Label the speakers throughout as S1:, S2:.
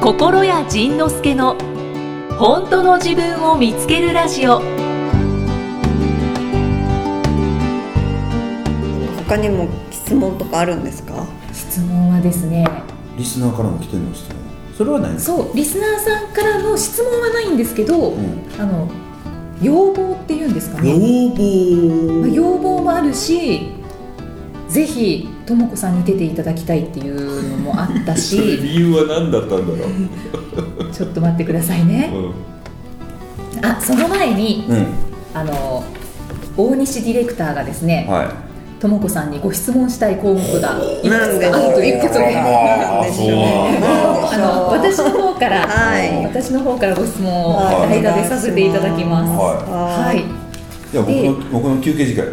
S1: 心谷仁之助の本当の自分を見つけるラジオ
S2: 他にも質問とかあるんですか
S3: 質問はですね
S4: リスナーからも来てるんですねそれはないんですか
S3: そうリスナーさんからの質問はないんですけど、
S4: うん
S3: あの要望っていうんですかね、
S4: 要
S3: まあ
S4: 望
S3: 要望もあるしぜひともこさんに出ていただきたいっていうのもあったし
S4: 由は何だったんだろ
S3: ちょっと待ってくださいね
S4: う、
S3: あその前に
S4: うん、うん、
S3: あの大西ディレクターがですね
S4: は
S3: ともこさんにご質問したい項目がいくつか
S2: な
S3: あ
S2: んでしょう
S3: るということで。
S2: なんでしょう
S3: あの私の方から、
S2: はい
S3: 私の方からご質問を
S2: はい
S3: 代打でさせていただきます。
S2: は
S3: は
S4: はい
S2: い
S3: い、
S4: いいや僕
S3: で
S4: の僕の休憩時間や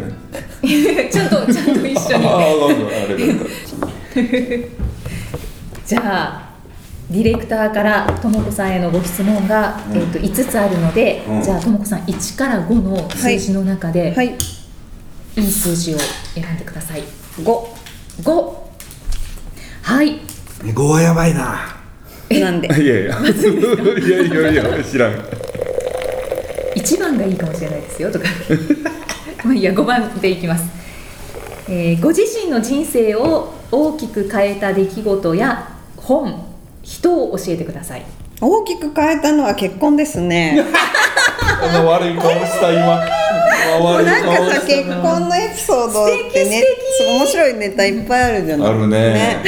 S4: ね
S3: ちゃんとちゃんと一緒に。
S4: ああごめんごめんあれだっ
S3: じゃあディレクターからともこさんへのご質問が、
S4: うん
S3: えっと5つあるので、
S4: うん
S3: じゃあともこさん1から5の数字の中で、、
S2: はいい
S3: い数字を選んでください。
S2: 五
S3: 5はい
S4: た5はやばいな
S2: なんで
S4: いやいやいやいやいや知らん
S3: 1番がいいかもしれないですよとかまあいいや5番でいきます、えーご自身の人生を大きく変えた出来事や本人を教えてください
S2: 大きく変えたのは結婚ですね
S4: こんな悪い顔した今今
S2: もう
S4: 悪い
S2: なん
S4: 顔
S2: かさ
S4: し
S2: 結
S4: た
S2: 婚のエピソードってね
S3: 素敵素敵
S2: 面白いネタいっぱいあるじゃない
S4: あるね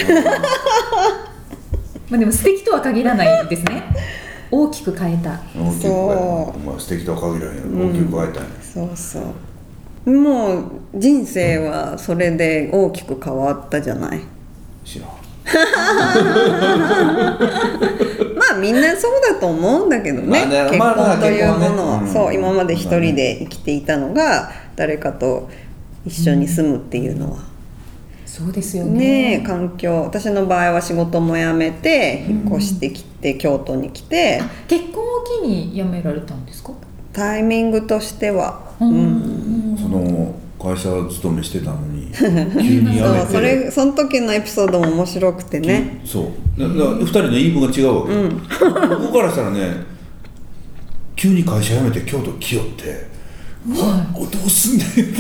S3: まあでも素敵とは限らないですね大きく変えた
S4: 大きい声
S2: そ
S4: お前素敵とは限らへんよ大きく声たんや
S2: そうそうもう人生はそれで大きく変わったじゃない
S4: 知らん
S2: まあみんなそうだと思うんだけどね,、
S4: まあね
S2: 結
S4: まあまあ
S2: 婚というものを、
S4: 結婚ねうん
S2: そう今まで一人で生きていたのが誰かと一緒に住むっていうのは、
S3: そうですよ
S2: ね
S3: ね
S2: え環境私の場合は仕事も辞めて引っ越してきて、京都に来て
S3: 結婚を機に辞められたんですか
S2: タイミングとしては、
S3: う、
S2: うんん
S4: その会社勤めしてたのに急に辞
S2: そ
S4: め
S2: う
S4: て
S2: それその時のエピソードも面白くてね
S4: そうだだから2人の言い分が違うわけ、僕からしたらね急に会社辞めて京都来よってうわどうすんね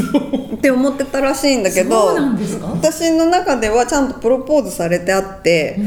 S4: んと
S2: って思ってたらしいんだけど
S3: そうなんですか
S2: 私の中ではちゃんとプロポーズされてあって、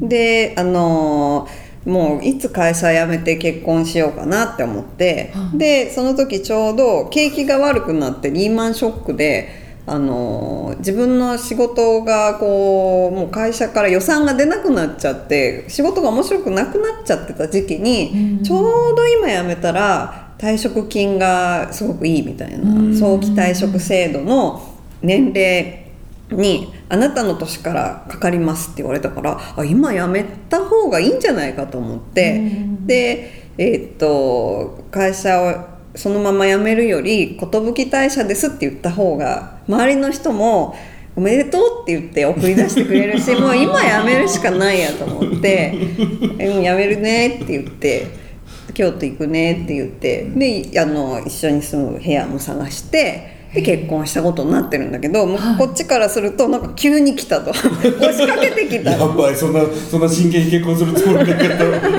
S2: であのーもういつ会社辞めて結婚しようかなって思って、でその時ちょうど景気が悪くなってリーマンショックで。あのー自分の仕事がこうもう会社から予算が出なくなっちゃって仕事が面白くなくなっちゃってた時期に、ちょうど今辞めたら退職金がすごくいいみたいな、早期退職制度の年齢に「あなたの年からかかります」って言われたからあ今やめた方がいいんじゃないかと思って、でえーっと会社をそのまま辞めるより「寿退社です」って言った方が周りの人も「おめでとう」って言って送り出してくれるしもう今辞めるしかないやと思って「えうん辞めるね」って言って。京都行くねって言ってであの一緒に住む部屋も探してで結婚したことになってるんだけどもうこっちからするとなんか急に来た と押しかけてきた
S4: やばいそんなそんな真剣に結婚するつもりなかった のにどうしよう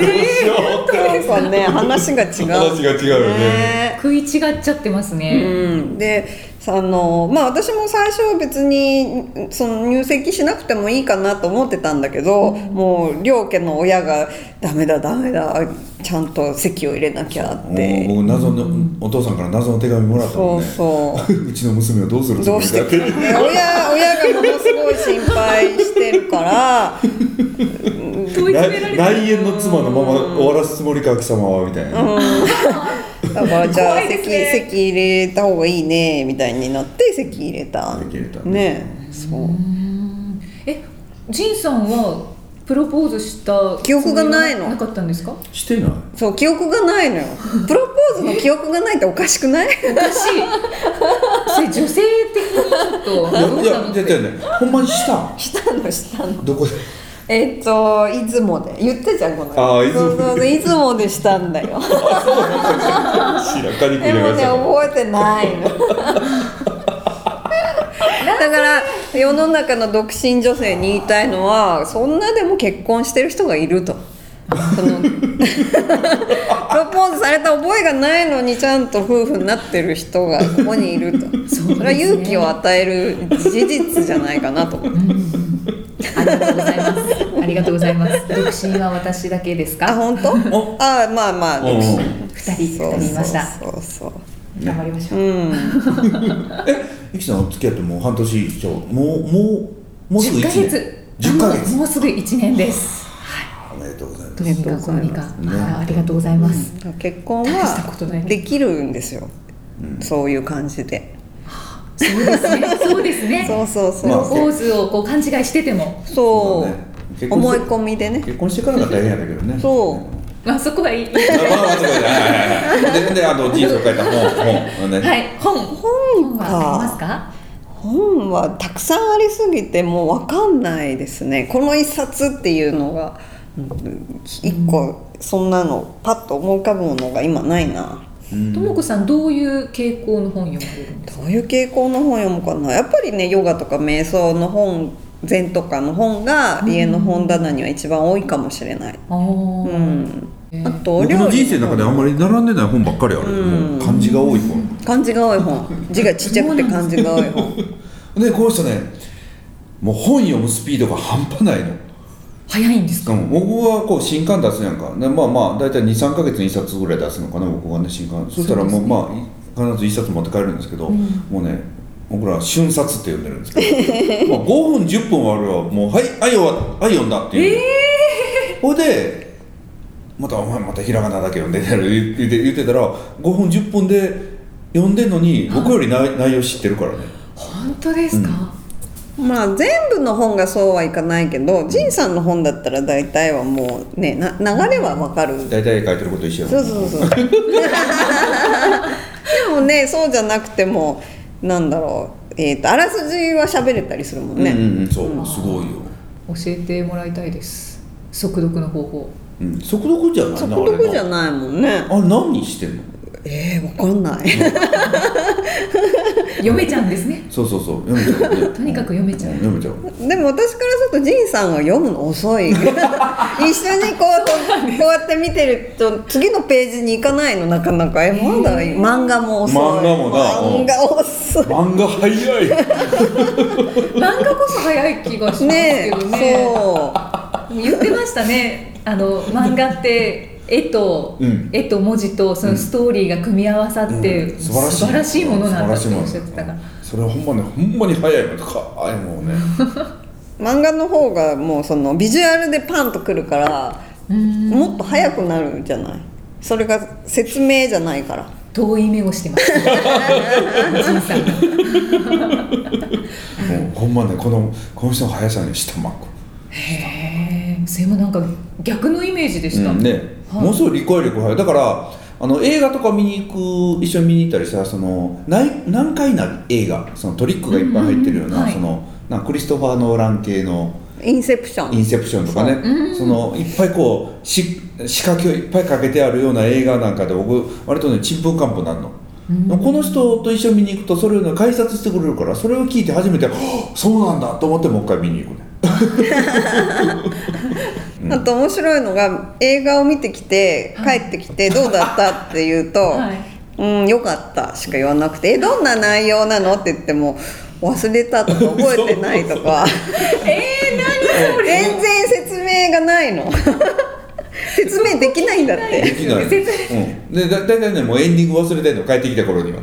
S4: って
S2: なんかね話が違う
S4: 話が違うよね
S3: 食い違っちゃってますね、
S2: うん、でさあのまあ私も最初は別にその入籍しなくてもいいかなと思ってたんだけど、もう両家の親が「ダメだダメだちゃんと籍を入れなきゃ」っ
S4: もう
S2: て
S4: 僕謎のお父さんから謎の手紙もらったもんね
S2: そうそう
S4: ちの娘を どうするつ
S2: ど
S4: も
S2: う
S4: り
S2: して
S4: だ
S2: くれ
S4: って
S2: ない親親がものすごい心配してる から
S3: 問い詰められてる
S4: 内縁の妻のまま終わらすつもりか貴様はみたいな、
S2: だからじゃあ
S3: 怖いで
S2: 席,、
S3: すね
S2: 席入れた方がいいねみたいになって席入れた
S4: 席入れた
S2: ねそう
S3: えジンさんはプロポーズした
S2: 記憶がないの
S3: なかったんですか
S4: してない
S2: そう記憶がないのよプロポーズの記憶がないっておか しくない
S3: おかしい。 それ女性的にちょっとどうなの
S4: いやいや出てねほんまにした
S2: したのしたの
S4: どこで
S2: えっと出雲で言ってじゃんこの間
S4: あー出
S2: そ
S4: 雲
S2: うそうそう出雲でしたんだよ
S4: 白かにく
S2: でもね覚えてないの だから世の中の独身女性に言いたいのはそんなでも結婚してる人がいるとそ のプロポーズされた覚えがないのにちゃんと夫婦になってる人がここにいると
S3: すね
S2: それは勇気を与える事実じゃないかなと思って
S3: ありがとうございます。ありがとうございます。独身は私だけです
S2: あ
S3: か。
S2: 本当
S4: お
S2: あまあまあ
S4: うん
S3: 二人、二人いました。
S2: そうそうそう
S3: 頑張りましょ
S2: そう
S3: う。
S2: うん
S4: ゆきさんお付き合ってもう半年以上もうもうもうすぐ
S3: 十
S4: 1
S3: ヶ
S4: 年
S3: 月。
S4: 10ヶ月
S3: もうもうすぐ一年です。
S4: おめでとうございます
S3: どうにかこうにか。
S4: ね
S3: あありがとうございます。
S2: 結婚
S3: 大したことない
S2: はできるんですよ、そういう感じで
S3: そうですね。そうですね。
S2: そうそう
S3: プ
S2: そう、
S3: ロポーズをこう勘違いしてても、
S2: そう
S4: そうだね結婚
S2: 思い
S4: して
S2: 込みでね
S4: 結婚してからが大変やだけどね
S2: そう
S3: まあそこはいい。
S4: まあまあまあそうだねはいはいはいでであと人生を書いた本本ね
S3: はい、本。本
S2: か
S3: はありますか。
S2: 本はたくさんありすぎてもう分かんないですねこの一冊っていうのがうん一個そんなのパッと思い浮かぶものが今ないな
S4: うん
S3: ともこさん、どういう傾向の本読まれるんです
S2: どういう傾向の本読むかなやっぱりねヨガとか瞑想の本禅とかの本が家の本棚には一番多いかもしれない、
S3: か。ああー。
S2: うん、
S3: え
S2: あ
S3: ー
S2: と
S4: 僕の人生の中であん
S2: り
S4: まり並んでない本ばっかりある、
S2: うん
S4: もう漢字が多い本
S2: 漢字が多い本字がちっちゃくて漢字が多い本
S4: でこの人ねもう本読むスピードが半端ないの
S3: 早いんです
S4: し
S3: か。
S4: かも僕はこう新刊出すやんかでまあまあ大体23か月に1冊ぐらい出すのかな僕はね新刊そしたらもうまあ必ず1冊持って帰るんですけど、もうね僕らは瞬冊って呼んでるんですけど まあ5分10分はあるわもう「はいはい終わったはい読んだ」っていう、ほいでまた「お前またひらがなだけ読んでたら言って言ってたら5分10分で読んでんの に僕より内内容知ってるからね
S3: 本当ですか。
S2: まあ全部の本がそうはいかないけど仁さんの本だったら大体はもうねな流れはわかる
S4: 大体書いてること一緒やも
S2: そ
S4: ん
S2: うそうそう でもねそうじゃなくてもなんだろう、えー、とあらすじは喋れたりするもんね、
S4: うんうんうんそう、すごいよ、
S3: 教えてもらいたいです。速読の方法。
S4: うん、速読じゃないな
S2: 速
S4: あれ
S2: 読
S4: な
S2: じゃないもんね
S4: あれ何してんの
S2: えー、わかんない
S3: 読めちゃうんです ね。
S4: そうそうそう読めちゃう、ね、
S3: とにかく読めちゃう
S4: 読めちゃう
S2: でも私からすると仁さんは読むの遅い一緒にこうこうやって見てると次のページに行かないのなかなかえまだ漫画も遅い
S4: 漫画もな
S2: 漫画遅い
S4: 漫画早い
S3: 漫画こそ早い気がします
S2: ね
S3: け
S2: え
S3: どね。
S2: そう
S3: 言ってましたね。あの漫画って。絵と、
S4: うん
S3: 絵と文字とそのストーリーが組み合わさって、
S4: うん素晴らしい
S3: ものなんだって
S4: 素晴
S3: お
S4: ら
S3: っ
S4: し
S3: し
S4: い
S3: ゃって
S4: もの
S3: たから
S4: それはほんまねほんまに早いもんかいもう ね
S2: 漫画の方がもうそのビジュアルでパンとくるから
S3: うん
S2: もっと早くなるんじゃないそれが説明じゃないから
S3: 遠い目をして ます。じいさんが
S4: もうほんまねこのこの人の速さに下巻く
S3: へえ、それもなんか逆のイメージでした。
S4: うんね、
S3: はい
S4: ものすごい理解力早いだからあの映画とか見に行く一緒に見に行ったりしたらそのない難解な映画そのトリックがいっぱい入ってるような、
S3: うんうんうんはい
S4: そのなんかクリストファー・ノーラン系の
S2: インセプショ
S4: イン
S2: ン
S4: セプションとかね
S3: そううん
S4: そのいっぱいこうし仕掛けをいっぱいかけてあるような映画なんかで僕割とねちんぷんかんぷんなんの、この人と一緒に見に行くとそれをね解説してくれるからそれを聞いて初めてはっそうなんだと思ってもう一回見に行くねうん
S2: あと面白いのが映画を見てきて
S3: は
S2: 帰
S3: い
S2: ってきてどうだったって言うと
S3: はい
S2: 「うんよかった」しか言わなくて「えどんな内容なの?」って言っても忘れたとか覚えてないとか
S3: えー、何それ。
S2: 全然説明がないの 説明できないんだって
S4: できない、
S3: 説
S4: うん、でだ大体ねもうエンディング忘れてんの帰ってきた頃には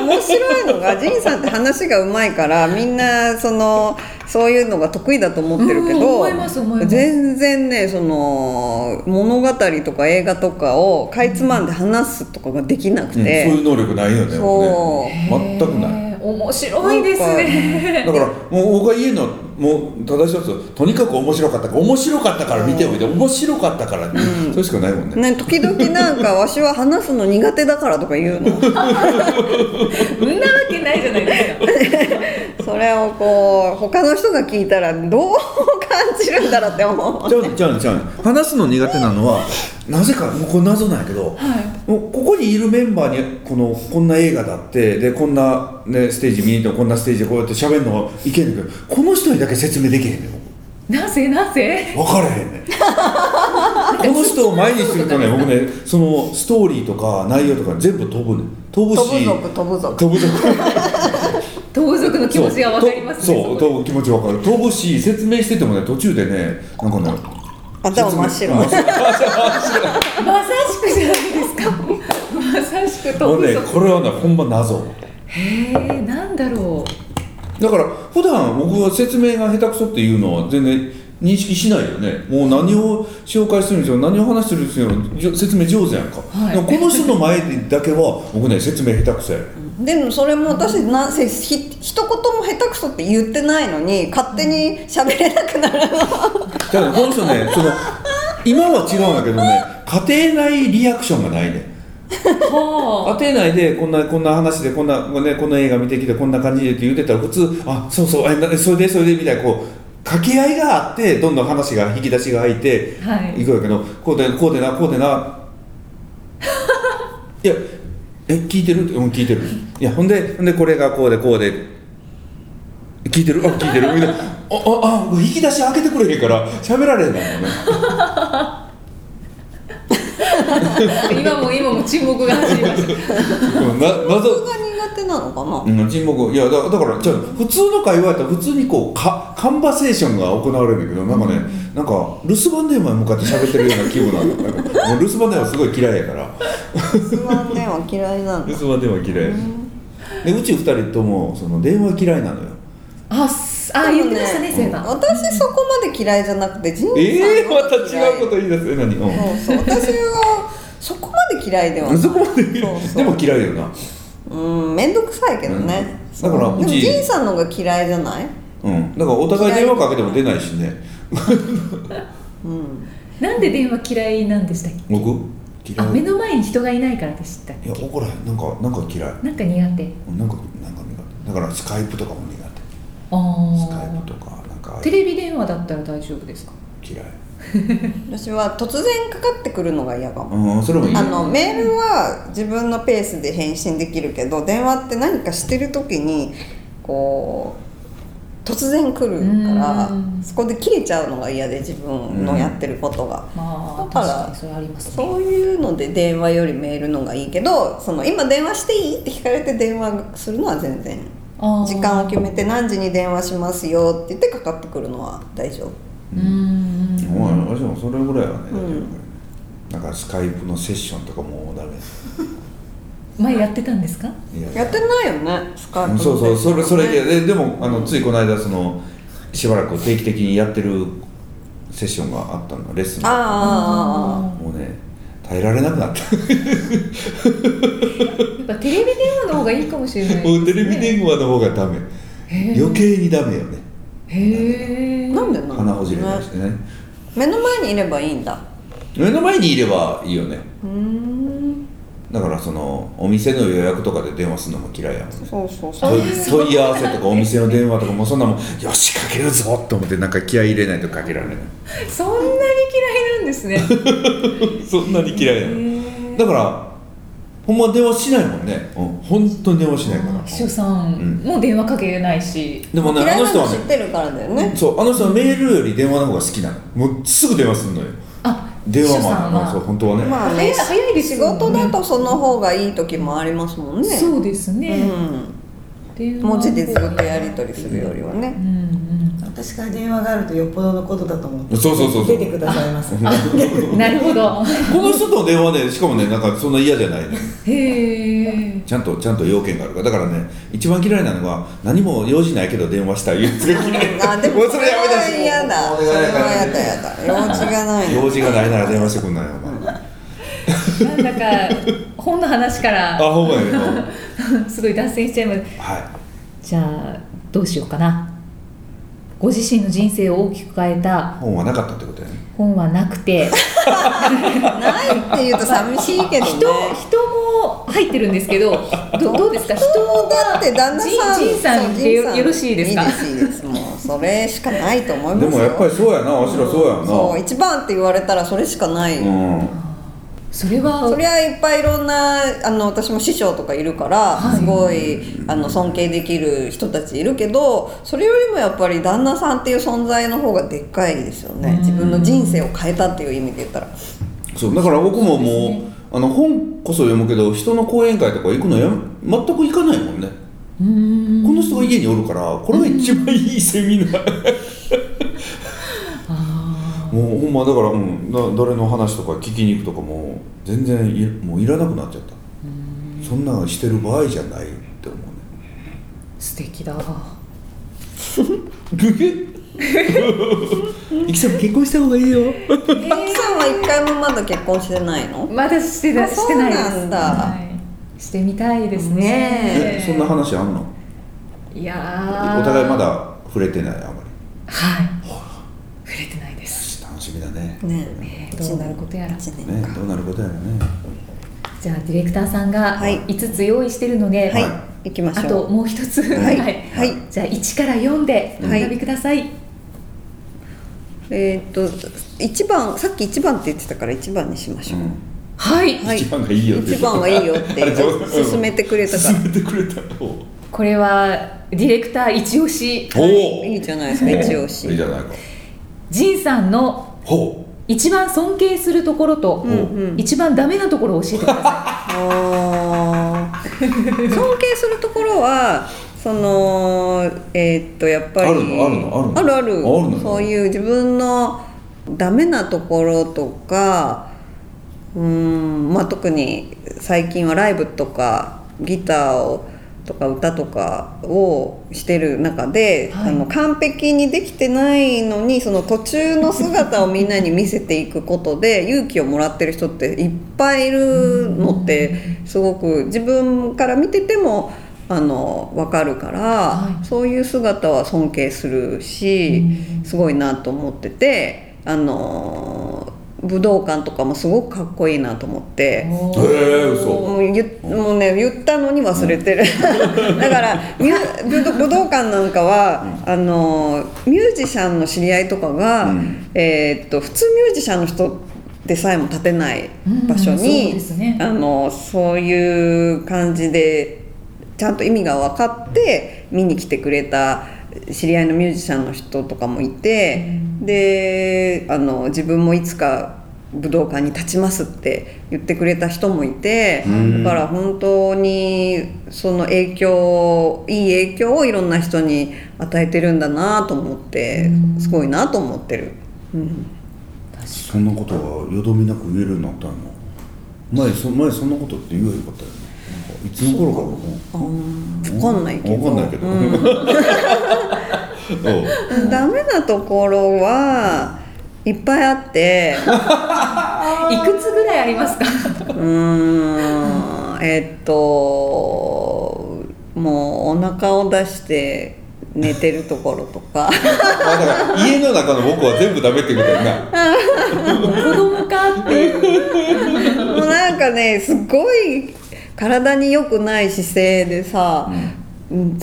S2: 面白いのが仁さんって話がうまいからみんなそのそういうのが得意だと思ってるけ
S3: うん
S2: ど
S3: 思います思います
S2: 全然ねその物語とか映画とかをかいつまんで話すとかができなく
S4: うん、そう
S2: て、
S4: いう能力ないよね
S2: そう
S4: 僕ね全くない
S3: い。面白いですね。
S4: だからもう僕が言うのはもうただ一つとにかく面白かったから面白かったから見ておいて面白かったから、それしかないもんね
S2: ね、時々なんか「わしは話すの苦手だから」とか言う の
S3: そんなわけないじゃないですか。
S2: それをこう他の人が聞いたらどう感じるんだろうって思う
S4: じゃあねじゃあねじゃあね話すの苦手なのはなぜかもうこれ謎なんやけど、もうここにいるメンバーにこのこんな映画だってでこんな、ね、ステージ見に行ってもこんなステージでこうやって喋るのはいけんねんけどこの人にだけ説明できへんねん
S3: なぜなぜ。
S4: 分からへんねんこの人を前にするとね僕ねそのストーリーとか内容とか全部飛ぶね飛ぶ
S2: 飛ぶ
S4: し
S2: 族飛ぶ族
S4: 飛ぶぞ
S3: 盗賊の気持ちがわかりますね
S4: そう
S3: そ
S4: 飛ぶ気持ちわかる飛ぶし説明しててもね途中でねなんかね
S2: 頭真っ
S4: 説
S2: 白
S4: 明真っ白
S3: こまさしくじゃないですかまさしく
S4: も
S3: 盗
S4: うね
S3: 賊
S4: これはねほんま謎
S3: へえなんだろう
S4: だから普段僕は説明が下手くそっていうのは全然認識しないよねもう何を紹介するにしろ何を話してるにしろじょ説明上手やんか,、
S3: はい
S4: この人の前でだけは僕ね説明下手くそや
S2: でもそれも私なんせひ一言も下手くそって言ってないのに勝手に喋れなくなる
S4: ただこの人ねその今は違うんだけどね家庭内リアクションがないね
S3: はあ
S4: 家庭内でこんなこんな話でこんな、ね、こんな映画見てきてこんな感じでって言ってたら普通あそうそうえなそれでそれでみたいなこう掛け合いがあってどんどん話が引き出しが開いて
S3: はい
S4: いくやけどこうでこうでなこうでないやえ聞いてるうん聞いてるいやほんでほんでこれがこうでこうで聞いてるあ聞いてるみんなあああ引き出し開けてくれへんから喋られへんのよね
S3: 今も今も沈黙が走りました
S4: でもな謎
S2: 僕が苦手なのかな
S4: うん、沈黙いやだだからじゃあ普通の会話やったら普通にこうカカンバセーションが行われるんだけどなんかね、なんか留守番電話に向かって喋ってるような気分なんだよなんかもう留守番電話すごい嫌いやから
S2: 不安電話嫌いなの
S4: 留守番電話嫌いでうち二人ともその電話嫌いなのよ
S3: あすあ言ってましたねセイバ
S2: 私そこまで嫌いじゃなくて仁
S4: ええ
S2: さん
S4: ー、
S2: の
S4: ま
S2: 方
S4: た
S2: が嫌い
S4: 違うこと言い出すえ何うん
S2: そうそう私はそこまで嫌いではない
S4: そこまで言
S2: そう
S4: う
S2: そう
S4: でも嫌いよな
S2: うん面倒くさいけどね、
S4: うんだから
S2: そうでも
S4: うち
S2: 仁さんの方が嫌いじゃない
S4: うんだからお互い電話かけても出ないしね
S2: うん
S3: なんで電話嫌いなんでしたっけ
S4: 僕
S3: あ
S4: 嫌い
S3: 目の前に人がいないからでしたっ
S4: いや
S3: け
S4: 怒らへんなんかなんか嫌い
S3: なんか苦手
S4: なんかなんか苦手だからスカイプとかも苦手スカイ
S3: あ
S4: プとかなんか
S3: あテレビ電話だったら大丈夫ですか
S4: 嫌い
S2: 私は突然かかってくるのが嫌かも
S4: うんそれもいい
S2: あのメールは自分のペースで返信できるけど電話って何かしてる時にこう突然来るから
S3: うん
S2: そこで切れちゃうのが嫌で自分のやってることが。
S3: まあ
S2: だから
S3: 確かにそれありますね
S2: そういうので電話よりメールのがいいけどその今電話していいって聞かれて電話するのは全然
S3: あー
S2: 時間を決めて何時に電話しますよって言ってかかってくるのは大丈夫
S3: うーん
S4: もう私もそれぐらいはね、
S2: うん
S4: なんかスカイプのセッションとかもうダメ
S3: 前やってたんですか
S4: いや
S2: やってないよねスカイプ
S4: うんそうそうそれそれでででもあのついこの間そのしばらく定期的にやってるセッションがあったのレッスンが
S2: あ
S3: あ
S4: もうね耐えられなくなった
S3: ーやっぱテレビ電話の方がいいかもしれないですね
S4: もうテレビ電話の方がダメ
S3: へー
S4: 余計にダメよね
S3: へ
S2: あ
S3: え
S2: なんでなんだろうね
S4: 鼻ほじれたりしてね
S2: 目の前にいればいいんだ
S4: 目の前にいればいいよね
S2: うーん
S4: だからそのお店の予約とかで電話するのも嫌いやもんね
S2: そうそうそう
S4: 問い問い合わせとかお店の電話とかもうそんなもんよしかけるぞと思ってなんか気合い入れないとかけられない
S3: そんなに嫌いなんですね
S4: そんなに嫌いなの
S3: へ
S4: だからほんま電話しないもんね、うん、本当に電話しないから
S3: ー秘書さんも電話かけないし
S4: でもね
S2: 嫌
S4: あ
S2: い
S4: の
S2: な
S4: 人
S2: の
S4: は
S2: 知っ
S4: ね
S2: てるからだよね
S4: そうあの人はメールより電話の方が好きなのもうすぐ電話するのよ
S3: あ
S4: 電話マン
S3: 秘書
S4: な
S3: さん
S4: の
S3: は
S4: そう本当はね、
S2: まあ
S3: 早
S2: ね
S3: い早いです
S2: 仕
S3: よね
S2: 事だとその方がいい時もありますもんね
S3: そうです
S2: う
S3: ね
S2: ん、
S3: 電話
S2: 文字でずっとやり取りするよりは
S3: う
S2: ね
S3: んうん
S5: 私から電話があるとよっぽどのことだと思って
S4: そうそうそうそう
S5: 出てください ます
S3: なるほど
S4: この人との電話ねしかもねなんかそんな嫌じゃないのよ
S3: へえ
S4: ちゃんとちゃんと要件があるからだからね一番嫌いなのが何も用事ないけど電話 したいやつが嫌い
S2: あでも
S4: もうそれやめてほしい
S2: 嫌だ
S4: も
S2: そうれ
S4: お
S2: は
S4: 願いだから
S2: やだやだ用事がない
S4: 用
S2: の
S4: 事がないなら電話してくんないよお前
S3: なんだか本の話か
S4: あ
S3: ら
S4: ほんまやねうん
S3: すごい脱線しちゃいます
S4: は
S3: じゃあどうしようかなご自身の人生を大きく変え
S4: い
S3: た
S4: 本はなかったってことやね
S3: 本はなくて
S2: ないって言うと寂しいけどね
S3: 人人も入ってるんですけど どどうですか人
S2: 人だって旦那さん
S3: じんじんさんでよよろしいですか
S2: いいですいいですもうそれしかないと思います
S4: で
S2: よ
S4: もやっぱりそうやなわしらそうやんな
S2: そう一番って言われたらそれしかない、
S4: うん
S3: それは
S2: そりゃいっぱいいろんなあの私も師匠とかいるから、
S3: はい
S2: すごいあの尊敬できる人たちいるけどそれよりもやっぱり旦那さんっていう存在の方がでっかいですよね自分の人生を変えたっていう意味で言ったら
S4: そうだから僕ももう
S3: そうです
S4: あの本こそ読むけど人の講演会とか行くのや全く行かないもんね
S3: うーん
S4: この人が家におるからこれが一番いいセミナー
S3: あ
S4: もうほんまだから、うん、だ誰の話とか聞きに行くとかも全然いもういらなくなっちゃったそんなんしてる場合じゃないって思うね
S3: ー素敵だ
S4: グ グイキさんも結婚した方がいいよ
S2: マキさんは一回もまだ結婚してないの
S3: まだしてな
S2: あ
S3: してないです
S2: そうなんだ
S3: はい、してみたいですね
S2: ね
S4: えそんな話あんの
S3: いやー
S4: お互いまだ触れてないあまり
S3: はい触れてないです、
S4: 楽しみだね
S2: ね
S3: えーどうなることやら
S2: 1年
S4: ねどうなることやらね
S3: じゃあディレクターさんが
S2: はい
S3: 5つ用意してるので、
S2: はい、
S4: は
S2: 行きましょ
S3: あ
S2: う
S3: ともう一つ
S2: はいはい
S3: じゃあ1から4でお
S2: はい
S3: 選びください、
S2: えーっと1番さっき1番って言ってたから1番にしましょう、
S4: う
S3: はい、
S2: はい
S4: 一番がいいよって
S2: 一番がいいよって
S4: あれ上手
S2: 勧めてくれたから
S4: ん、進めてくれたおう
S3: これはディレクター一押し
S4: おう
S2: いいじゃないですか一押し
S4: いいじゃないか
S3: 仁さんの
S4: ほ
S3: 一番尊敬するところと、
S2: んうん
S3: 一番ダメなところを教えてくださ
S2: あー尊敬するところはそのえーっとやっぱり
S4: あるのあるのあ
S2: あ
S4: るの
S2: るある
S4: あるの
S2: そういう自分のダメなところとかうーんまあ特に最近はライブとかギターをとか歌とかをしてる中で、
S3: は
S2: あ
S3: い
S2: の完璧にできてないのにその途中の姿をみんなに見せていくことで勇気をもらってる人っていっぱいいるのってすごく自分から見ててもあの分かるから、
S3: はい
S2: そういう姿は尊敬するし、すごいなと思っててあの武道館とかもすごくかっこいいなと思って。
S3: いお
S4: う
S3: ー
S4: へえ嘘
S2: もう言っもうね言ったのに忘れてる、 だからミュ武道武道館なんかは、あのミュージシャンの知り合いとかが、
S4: うん
S2: えーっと普通ミュージシャンの人でさえも立てない場所
S3: うんそう
S2: に、
S3: ですね
S2: あのそういう感じでちゃんと意味が分かって見に来てくれた知り合いのミュージシャンの人とかもいて、であの自分もいつか武道館に立ちますって言ってくれた人もいて
S4: うん
S2: だから本当にその影響いい影響をいろんな人に与えてるんだなと思ってすごいなと思ってる。うん
S4: そんなことはよどみなく言えるようになったの前そ前そんなことって言えばよかったよねなんかいつの頃から
S2: 分かんないけど
S4: わかんないけど、
S2: うん
S4: おう
S2: ダメなところはいっぱいあって
S3: いくつぐらいありますか
S2: うーんえっともうお腹を出して寝てるところと か
S4: あだから家の中の僕は全部ダメってことやな
S3: 子供かっていう
S2: もうなんかねすごい体に良くない姿勢でさ、うん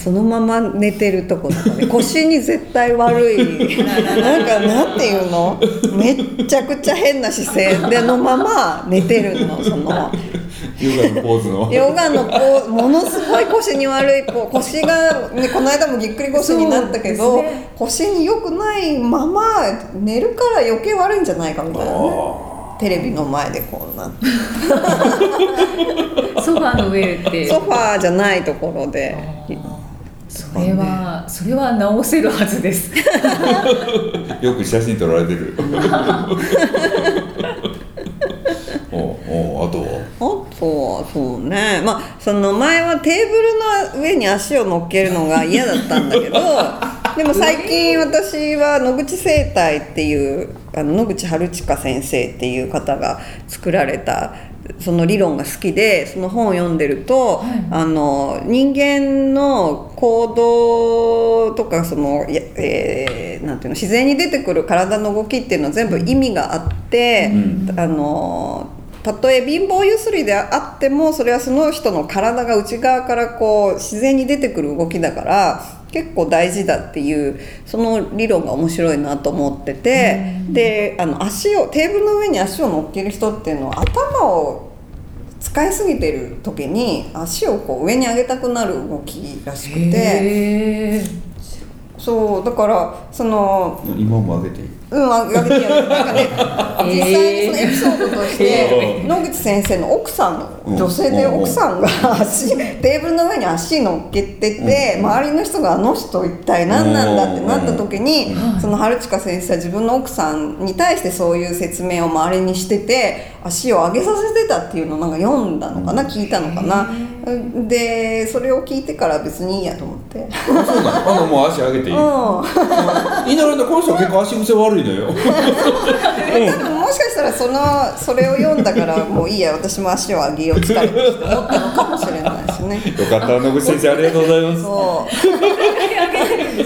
S2: そのまま寝てるとことかね腰に絶対悪 いなんかなんていうのめっちゃくちゃ変な姿勢でのまま寝てるのその。
S4: ヨガのポーズの
S2: ヨガのこうものすごい腰に悪いこう腰が、ね、この間もぎっくり腰になったけ
S3: そ
S2: ど、
S3: うですね
S2: 腰に良くないまま寝るから余計悪いんじゃないかみたいなね、テレビの前でこんな
S3: ソファーの上で
S2: ソファーじゃないところで
S3: それはそれは直せるはずです
S4: よく写真撮られてる おうおうあとは
S2: あとはそうねまあその前はテーブルの上に足を乗っけるのが嫌だったんだけどでも最近私は野口生態っていうあの野口春親先生っていう方が作られたその理論が好きでその本を読んでると、あの人間の行動とかその、やえーなんていうの自然に出てくる体の動きっていうのは全部意味があって、あのたとえ貧乏ゆすりであってもそれはその人の体が内側からこう自然に出てくる動きだから結構大事だっていうその理論が面白いなと思ってて、であの足をテーブルの上に足を乗っける人っていうのは頭を使いすぎてる時に足をこう上に上げたくなる動きらしくて
S3: へー
S2: そうだからその
S4: 今も上げていい
S2: うん、あやめてやめてなんかね実際にそのエピソードと して、
S4: え
S2: 野口先生の奥さん
S4: うん
S2: の女性で
S4: うんうん
S2: 奥さんが足テーブルの上に足乗っけてて、周りの人があの人一体何なんだってなった時に、その春近先生は自分の奥さんに対してそういう説明を周りにしてて足を上げさせてたっていうのをなんか読んだのかな聞いたのかなでそれを聞いてから別にいいやと思って。
S4: あそうなのあのもう足上げて
S2: う
S4: いい
S2: ん
S4: いなるんだこの人は結構足癖悪いのよ
S2: 多分もしかしたらそのそれを読んだからもういいや私も足を上げよう疲れて思ったのかもしれないしね
S4: よかった野口先生ありがとうございます
S2: そ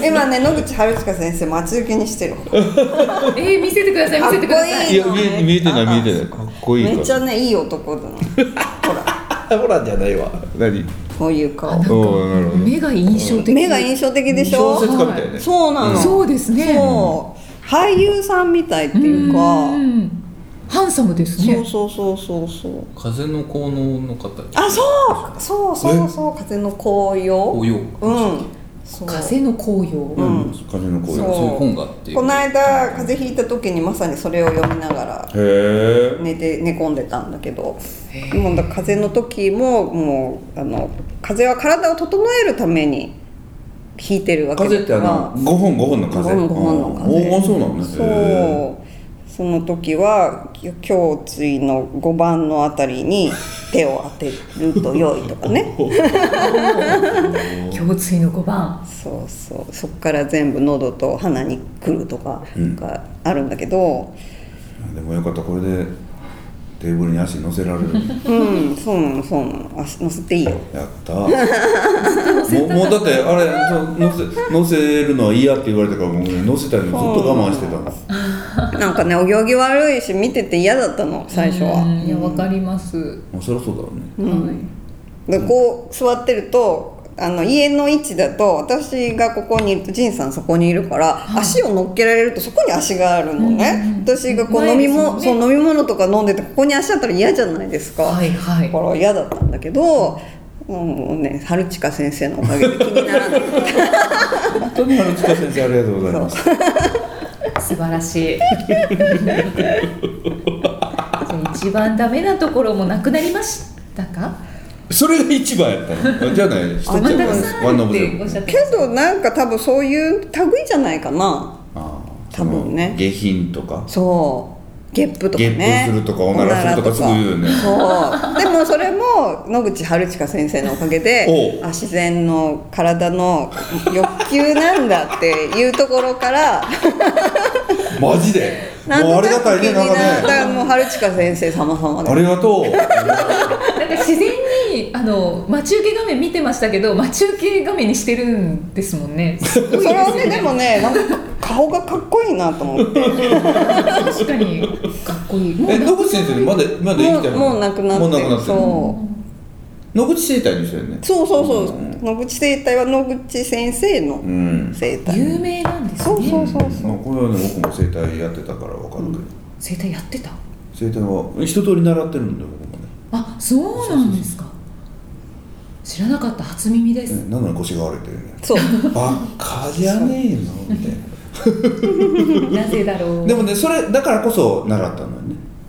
S2: う今ね野口春近先生待ち受けにしてる
S3: えー、見せてください見せてください
S4: いや見え見えてない見えてないかっこいいから
S2: めっちゃねいい男だなほら
S4: ほらじゃないわ何
S2: こういう顔
S4: おなるほど
S3: 目が印象的
S2: 目が印象的でしょ
S4: 小説家みたいね
S2: そうなの、
S3: そうですね
S2: そう俳優さんみたいっていうか
S3: うんハンサムです
S2: そう
S3: ね
S2: そうそうそうそう
S6: 風の効能の方です
S2: あそうそうそうそう風の紅葉
S6: 紅葉
S2: うんそう
S3: 風の紅葉、
S2: うん
S4: 風の
S2: そ
S4: 声
S2: う
S6: そういう本があって
S2: この間風邪ひいた時にまさにそれを読みながら
S4: へえ
S2: 寝て寝込んでたんだけどもうだから風邪の時ももうあの風邪は体を整えるために引いてるわけ
S4: 風ってあの5本5本の風
S2: 5本5本の風
S4: おおそうなのねへ
S2: そうその時はき胸椎の5番のあたりに手を当てると良いとかね
S3: 胸椎の5番
S2: そうそうそっから全部喉と鼻に来るとかがあるんだけど、
S4: えでもよかったこれでテーブルに足乗せられる
S2: うん、そうなのそうなのあ乗せていいよ
S4: やったもうもうだってあれそう乗せ乗せるのは嫌って言われたからもう乗せたのずっと我慢してたの
S2: なんかねお行儀悪いし見てて嫌だったの最初は。
S3: いやわかります
S4: まあそりゃそうだろうね
S2: でこう座ってるとあの家の位置だと私がここにいると仁さんそこにいるから、足を乗っけられるとそこに足があるのね、私がこう飲み
S3: 前
S2: 物、
S3: です
S2: そ
S3: もんね
S2: う飲み物とか飲んでてここに足あったら嫌じゃないですか、
S3: はいは
S2: だ
S3: い
S2: から嫌だったんだけどもうね春近先生のおかげで気にならない
S4: 本当に春塚先生ありがとうございます
S3: 素晴らしい 一番ダメなところもなくなりましたか
S4: それが一番やったのじゃない一つや
S3: 全く
S4: っ
S3: さ
S4: たワン
S3: ん
S4: ノ
S3: っ
S4: ブゼ
S3: て
S4: ロ
S3: おっしゃって
S2: けどなんか多分そういう類じゃないかな
S4: ああ
S2: 多分ね
S4: その下品とか
S2: そうゲップとかね
S4: ゲップするとかおならするとかすぐ言うよね
S2: そうでもそれも野口春近先生のおかげで
S4: おう
S2: あ自然の体の欲求なんだっていうところから
S4: マジでもう
S2: なんと
S4: あ
S2: な
S4: りがた
S2: く
S4: い
S2: 気
S4: ね
S2: に
S4: なん
S2: なだか
S4: からね
S2: もう春近先生様様
S4: あ
S2: で
S4: りがとう
S3: なんか自然にあの待ち受け画面見てましたけど待ち受け画面にしてるんですもんね
S2: それはねでもねなんか顔がかっこいいなと思って
S3: 確かにかっこいいもう
S4: え
S3: な
S4: 野口先生まだまだ生
S2: も
S4: きて
S2: う
S4: る
S2: もうなくなって
S4: もうなくなってる
S2: そ
S4: 野口生態にしてるね
S2: うそうそうそう
S4: う
S2: 野口生態は野口先生の
S4: うん
S2: 生態、
S3: 有名なんです
S2: そう
S3: ね
S2: そうそうそう
S4: まあこれはね僕も生態やってたから分かるけど、
S3: 生態やってた
S4: 生態は一通り習ってるんで僕もね
S3: あそうなんですか知らなかった初耳です、
S4: うんなのに腰が悪いというね
S2: そう
S4: バカじゃねえのみたい
S3: なぜだろ
S4: な
S3: う
S4: でもねそれだからこそ習ったのよね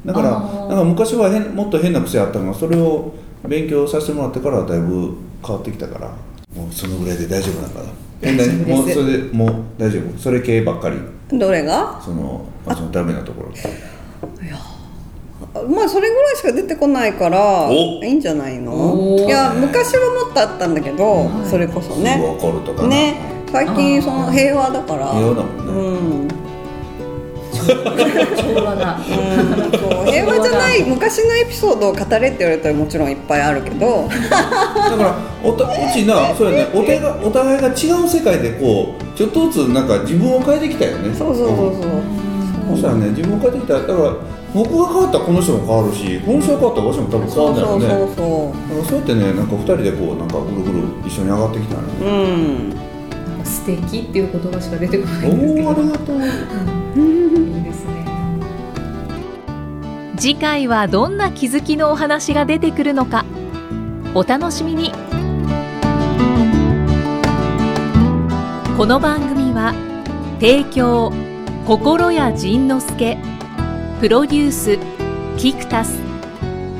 S4: だから
S3: あ
S4: なん
S3: ー
S4: か昔は変もっと変な癖あったのがそれを勉強させてもらってからだいぶ変わってきたからもうそのぐらいで大丈夫なんかな変なねもうそれでもう大丈夫それ系ばっかり
S2: どれが
S4: そのあそのダメなところ
S2: まあそれぐらいしか出てこないから
S4: お
S2: いいんじゃないの
S3: おー
S2: いや昔はもっとあったんだけど、
S3: はい
S2: それこそ
S4: すぐ
S2: ね
S4: 怒るとかな
S2: ね最近その平和だから
S4: 平和だもん
S2: う
S4: ね
S2: ん、うん、
S3: 昭和だ
S2: そう平和じゃない昔のエピソードを語れって言われたらもちろんいっぱいあるけど
S4: だからおたうちなそうやねお互いがお互いが違う世界でこうちょっとずつなんか自分を変えてきたよね
S2: そうそうそうそう、
S4: んそしたらね自分を変えてきただから僕が変わったらこの人も変わるしこの人が変わったら私も多分変
S2: そ
S4: わ
S2: う
S4: るんだ
S2: そ
S4: よ
S2: う
S4: ね
S2: そうそう
S4: だからそうやってねなんか二人でこうなんかぐるぐる一緒に上がってきたんよね
S2: うん
S3: なん素敵っていう言葉しか出てこないんですけ
S4: お
S3: ど
S4: おありがとう
S3: うんいいですね
S1: 次回はどんな気づきのお話が出てくるのかお楽しみにこの番組は提供心谷仁之助プロデュースキクタス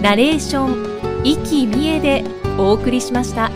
S1: ナレーション生きみえでお送りしました。